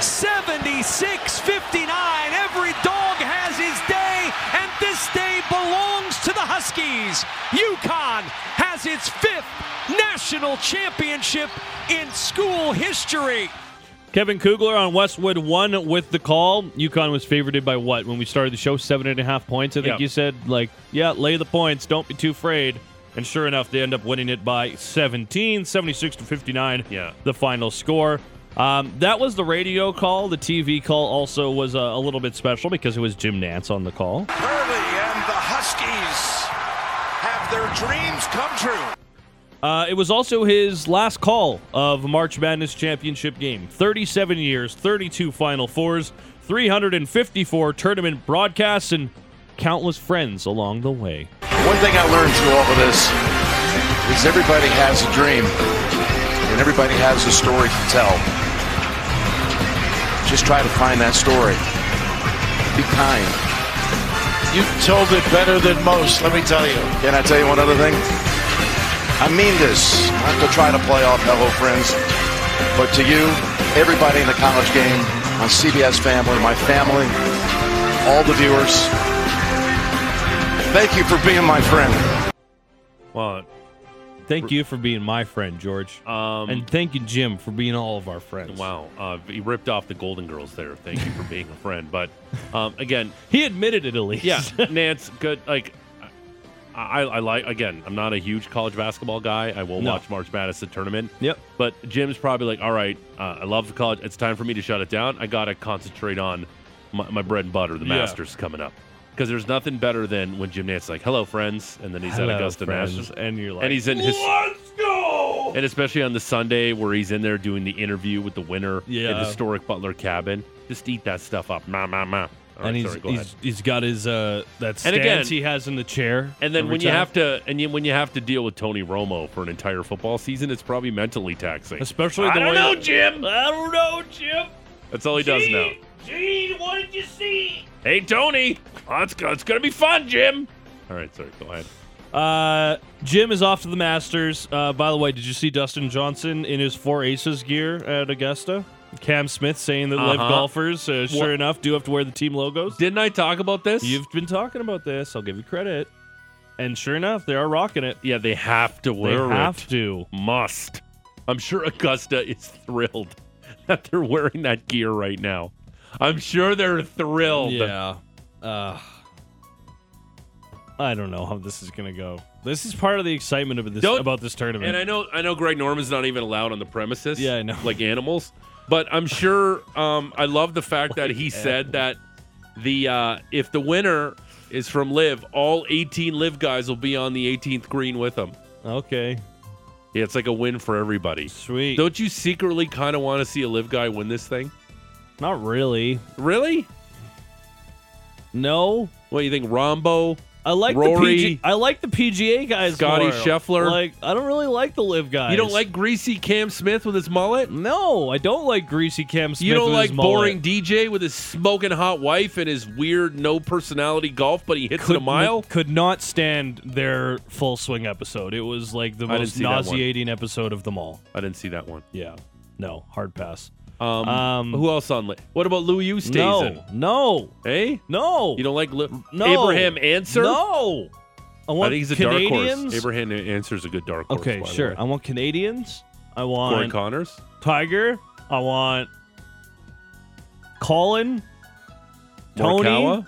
76 59. Every dog has his day, and this day belongs to the Huskies. UConn has its fifth national championship in school history.
Kevin Kugler on Westwood one with the call. UConn was favored by what when we started the show? Seven and a half points. I think
Yep.
you said like, yeah, lay the points. Don't be too afraid. And sure enough, they end up winning it by 17, 76 to 59. Yeah, the final score. Um, that was the radio call. The TV call also was uh, a little bit special because it was Jim Nance on the call.
Hurley and the Huskies have their dreams come true.
Uh, it was also his last call of a March Madness championship game. 37 years, 32 Final Fours, 354 tournament broadcasts, and countless friends along the way.
One thing I learned through all of this is everybody has a dream and everybody has a story to tell. Just try to find that story. Be kind. You told it better than most, let me tell you. Can I tell you one other thing? I mean this, not to try to play off hello friends, but to you, everybody in the college game, on CBS Family, my family, all the viewers, thank you for being my friend.
Well, thank you for being my friend, George.
Um,
and thank you, Jim, for being all of our friends.
Wow, uh, he ripped off the Golden Girls there. Thank you for being a friend, but um,
[laughs]
again,
he admitted it at least. [laughs]
Yeah, [laughs] Nance, good. Like, I, I like again. I'm not a huge college basketball guy. I will
No.
watch March Madness the tournament.
Yep.
But Jim's probably like, all right, uh, I love the college. It's time for me to shut it down. I gotta concentrate on my, my bread and butter. The
Yeah.
Masters coming up. Because there's nothing better than when Jim Nance is like, "Hello, friends," and then he's
Hello,
at Augusta
friends.
National,
And you're like,
and he's in his,
"Let's
go!" And especially on the Sunday where he's in there doing the interview with the winner in
Yeah.
historic Butler cabin, just eat that stuff up, ma ma ma. All right,
and he's,
sorry, go ahead
he's, he's got his uh, that stance
again-
he has in the chair.
and then
every
when you
time.
have to and you, when you have to deal with Tony Romo for an entire football season, it's probably mentally taxing.
especially
I
the
don't
way
know,
Jim. I don't know, Jim.
That's all he does now.
Gene, what did you see?
Hey Tony, oh, it's, go- it's gonna be fun, Jim. All right, sorry, go ahead.
Uh, Jim is off to the Masters. Uh, by the way, did you see Dustin Johnson in his four aces gear at Augusta? Cam Smith saying that live
Uh-huh.
golfers, uh, sure
Wha-
enough, do have to wear the team logos.
Didn't I talk about this?
You've been talking about this. I'll give you credit. And sure enough, they are rocking it.
Yeah, they have to
They
wear it.
have to.
Must. I'm sure Augusta is thrilled [laughs] that they're wearing that gear right now. I'm sure they're thrilled.
Yeah. Uh, I don't know how this is gonna go. This is part of the excitement of this
Don't-
about this tournament.
And I know I know Greg Norman's not even allowed on the premises.
Yeah, I know.
Like animals. But I'm sure um, I love the fact that
[laughs]
he said that the uh, if the winner is from Live, all 18 Live guys will be on the 18th green with him.
okay.
Yeah, it's like a win for everybody.
Sweet.
Don't you secretly kind of want to see a Live guy win this thing?
Not really.
Really?
No.
What you think, Rombo?
I like
Rory.
the PG- I like the PGA guys.
Scotty
more.
Scheffler.
Like I don't really like the live guys.
You don't like greasy Cam Smith with his mullet?
No, I don't like greasy Cam Smith.
you don't
with
like
his mullet.
boring DJ with his smoking hot wife and his weird no personality golf, but he hits
Could
it a mile.
could not stand their full swing episode. It was like the
I didn't
most
see that one.
nauseating episode of them all.
I didn't see that one.
Yeah. No, hard pass.
Um,
Um,
who else on? Li- what about Lou Eustazen?
No, no,
Hey,
no.
eh? you don't like Lu-
No.
Abraham Answer?
No.
I
I want
think he's a dark
Canadians.
horse. Abraham Answer's a good dark horse.
okay,
by the
sure.
way.
I want Canadians. I
Corey
want
Connors.
Tiger. I want Colin. Tony.
Morikawa?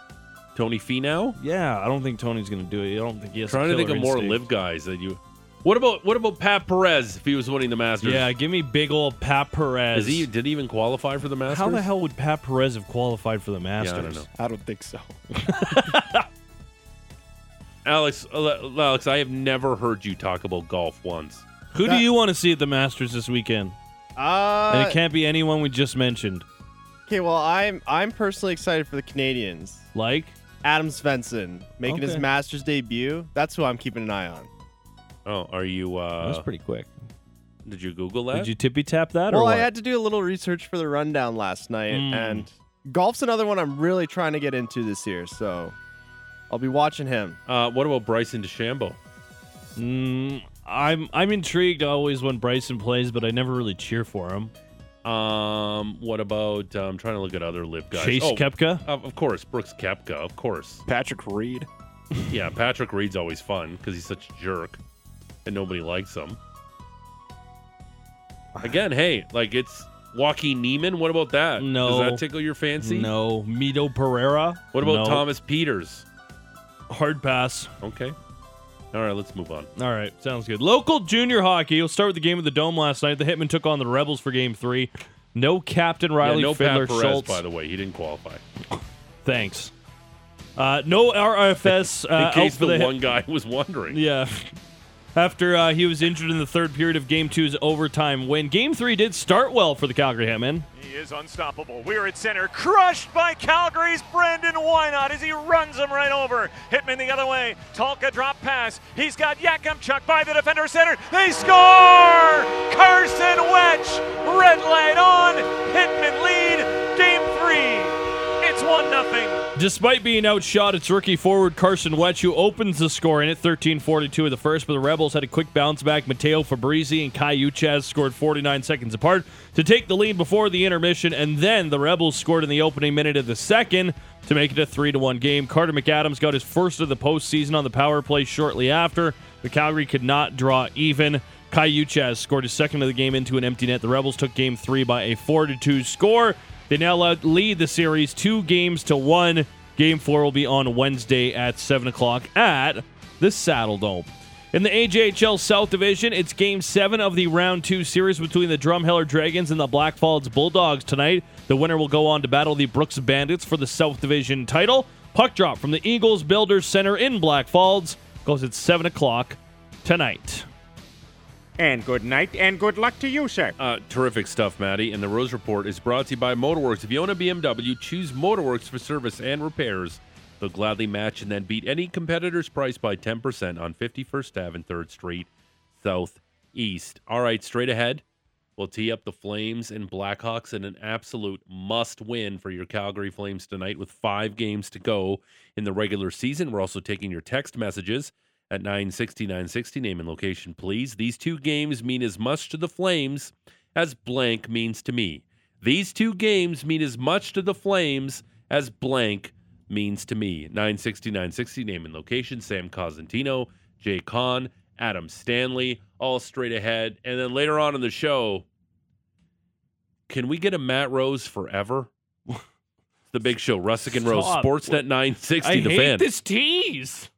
Tony Finau.
Yeah, I don't think Tony's gonna do it. I don't think he has.
Trying to
killer
think of more
instinct.
live guys that you. What about what about Pat Perez if he was winning the Masters?
Yeah, give me big old Pat
Is
Perez.
he did he even qualify for the Masters?
How the hell would Pat Perez have qualified for the Masters?
know.
I don't think so.
Alex, Ale- Alex, I have never heard you talk about golf once.
Who
That-
do you want to see at the Masters this weekend?
Uh,
and it can't be anyone we just mentioned.
Okay, well, I'm I'm personally excited for the Canadians.
Like
Adam Svensson making his
Okay.
Masters debut. That's who I'm keeping an eye on.
Oh, are you? uh
That was pretty quick.
Did you Google that?
Did you tippy tap that?
well, I
or what?
had to do a little research for the rundown last night,
Mm.
and golf's another one I'm really trying to get into this year. So I'll be watching him.
Uh, what about Bryson DeChambeau?
Mm, I'm I'm intrigued always when Bryson plays, but I never really cheer for him.
Um, what about? I'm trying to look at other live guys. Oh.
Chase Koepka?
Of, of course, Brooks Kepka. Of course,
Patrick Reed.
yeah, Patrick Reed's always fun because he's such a jerk, and nobody likes him. Again, hey, like it's Joaquin Neiman. What about that?
No.
does that tickle your fancy?
No, Mito Pereira.
What about
No.
Thomas Peters?
Hard pass.
Okay. All right, let's move on.
All right, sounds good. Local junior hockey. We'll start with the game of the Dome last night. The Hitmen took on the Rebels for Game Three. No captain Riley
yeah, no
Fiddler
Pat Perez,
Schultz.
by the way. He didn't qualify.
Thanks. Uh, no
[laughs]
RFS.
In
Uh, out
case
for
the,
the Hit-
one guy was wondering.
[laughs] Yeah. After uh, he was injured in the third period of Game Two's overtime win, Game Three did start well for the Calgary Hitmen.
He is unstoppable. We're at center, crushed by Calgary's Brandon Wynot as he runs him right over. Hitman the other way. Talca drop pass. He's got Yakimchuk by the defender center. They score! Carson Wetch, red light on. Hitman lead. Game three. It's one nothing.
Despite being outshot, it's rookie forward Carson Wetch who opens the scoring at 13:42 of the first, but the Rebels had a quick bounce back. Mateo Fabrizi and Kai Uchaz scored 49 seconds apart to take the lead before the intermission, and then the Rebels scored in the opening minute of the second to make it a 3-1 game. Carter McAdams got his first of the postseason on the power play shortly after. The Calgary could not draw even. Kai Uchaz scored his second of the game into an empty net. The Rebels took game three by a 4-2 score. They now le- lead the series two games to one. Game four will be on Wednesday at 7 o'clock at the Saddle Dome. In the AJHL South Division, it's game seven of the round two series between the Drumheller Dragons and the Black Falls Bulldogs tonight. The winner will go on to battle the Brooks Bandits for the South Division title. Puck drop from the Eagles Builders Center in Black Falls goes at 7 o'clock tonight.
And good night and good luck to you, sir.
Uh, terrific stuff, Maddie. And the Rose Report is brought to you by Motorworks. If you own a BMW, choose Motorworks for service and repairs. They'll gladly match and then beat any competitor's price by 10% on 51st Ave and 3rd Street, Southeast. All right, straight ahead, we'll tee up the Flames and Blackhawks in an absolute must win for your Calgary Flames tonight with five games to go in the regular season. We're also taking your text messages at 960 960. Name and location, please. These two games mean as much to the Flames as blank means to me. These two games mean as much to the Flames as blank means to me. 960 960. Name and location, Sam Cosentino, Jay Kahn, Adam Stanley, all straight ahead. And then later on in the show, can we get a Matt Rose forever?
[laughs]
It's the big show, Russick and Rose,
Stop.
Sportsnet 960.
I
the
hate
fan.
this tease.